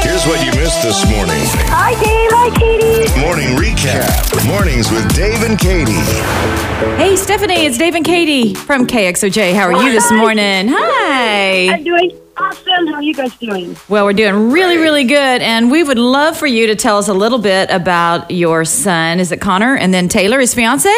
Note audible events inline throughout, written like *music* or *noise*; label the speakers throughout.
Speaker 1: Here's what you missed this morning.
Speaker 2: Hi, Dave. Hi, Katie.
Speaker 1: Morning recap. Mornings with Dave and Katie.
Speaker 3: Hey, Stephanie, it's Dave and Katie from KXOJ. How are you this
Speaker 2: Hi.
Speaker 3: morning? Hi.
Speaker 2: I'm doing awesome. How are you guys doing?
Speaker 3: Well, we're doing really, really good, and we would love for you to tell us a little bit about your son. Is it Connor? And then Taylor, his fiance?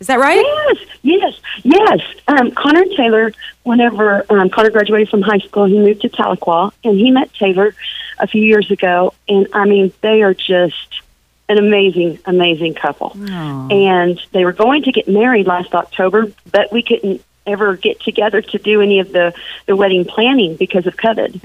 Speaker 3: Is that right?
Speaker 2: Yes, yes, yes. Um, Connor and Taylor, whenever um, Connor graduated from high school, he moved to Tahlequah, and he met Taylor a few years ago. And I mean, they are just an amazing, amazing couple. And they were going to get married last October, but we couldn't ever get together to do any of the, the wedding planning because of COVID.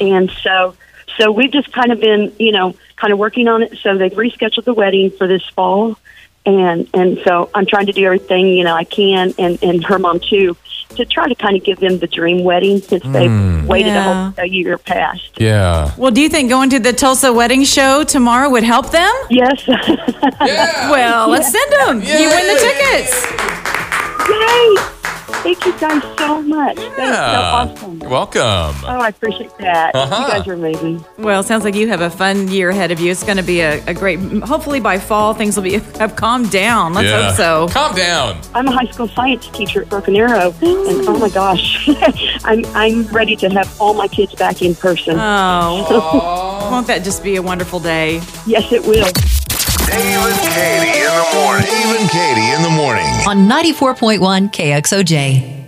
Speaker 2: And so, so we've just kind of been, you know, kind of working on it. So they've rescheduled the wedding for this fall, and and so I'm trying to do everything you know I can, and and her mom too, to try to kind of give them the dream wedding since they've waited
Speaker 3: Yeah.
Speaker 2: a whole a year past.
Speaker 4: Yeah.
Speaker 3: Well, do you think going to the Tulsa wedding show tomorrow would help them?
Speaker 2: Yes, *laughs* yay!
Speaker 3: Well, let's send them. You win the tickets.
Speaker 2: Thank you guys so much. That is so awesome.
Speaker 4: You're welcome.
Speaker 2: Oh, I appreciate that.
Speaker 4: Uh-huh.
Speaker 2: You guys are amazing.
Speaker 3: Well, sounds like you have a fun year ahead of you. It's going to be a, a great. Hopefully, by fall things will be have calmed down. Let's
Speaker 4: yeah.
Speaker 3: hope so.
Speaker 4: Calm down.
Speaker 2: I'm a high school science teacher at Broken Arrow, and oh my gosh, *laughs* I'm I'm ready to have all my kids back in person.
Speaker 3: Oh, *laughs* won't that just be a wonderful day?
Speaker 2: Yes, it will.
Speaker 1: Dave and Katie in the morning. Dave and Katie in the morning.
Speaker 5: on 94.1 KXOJ.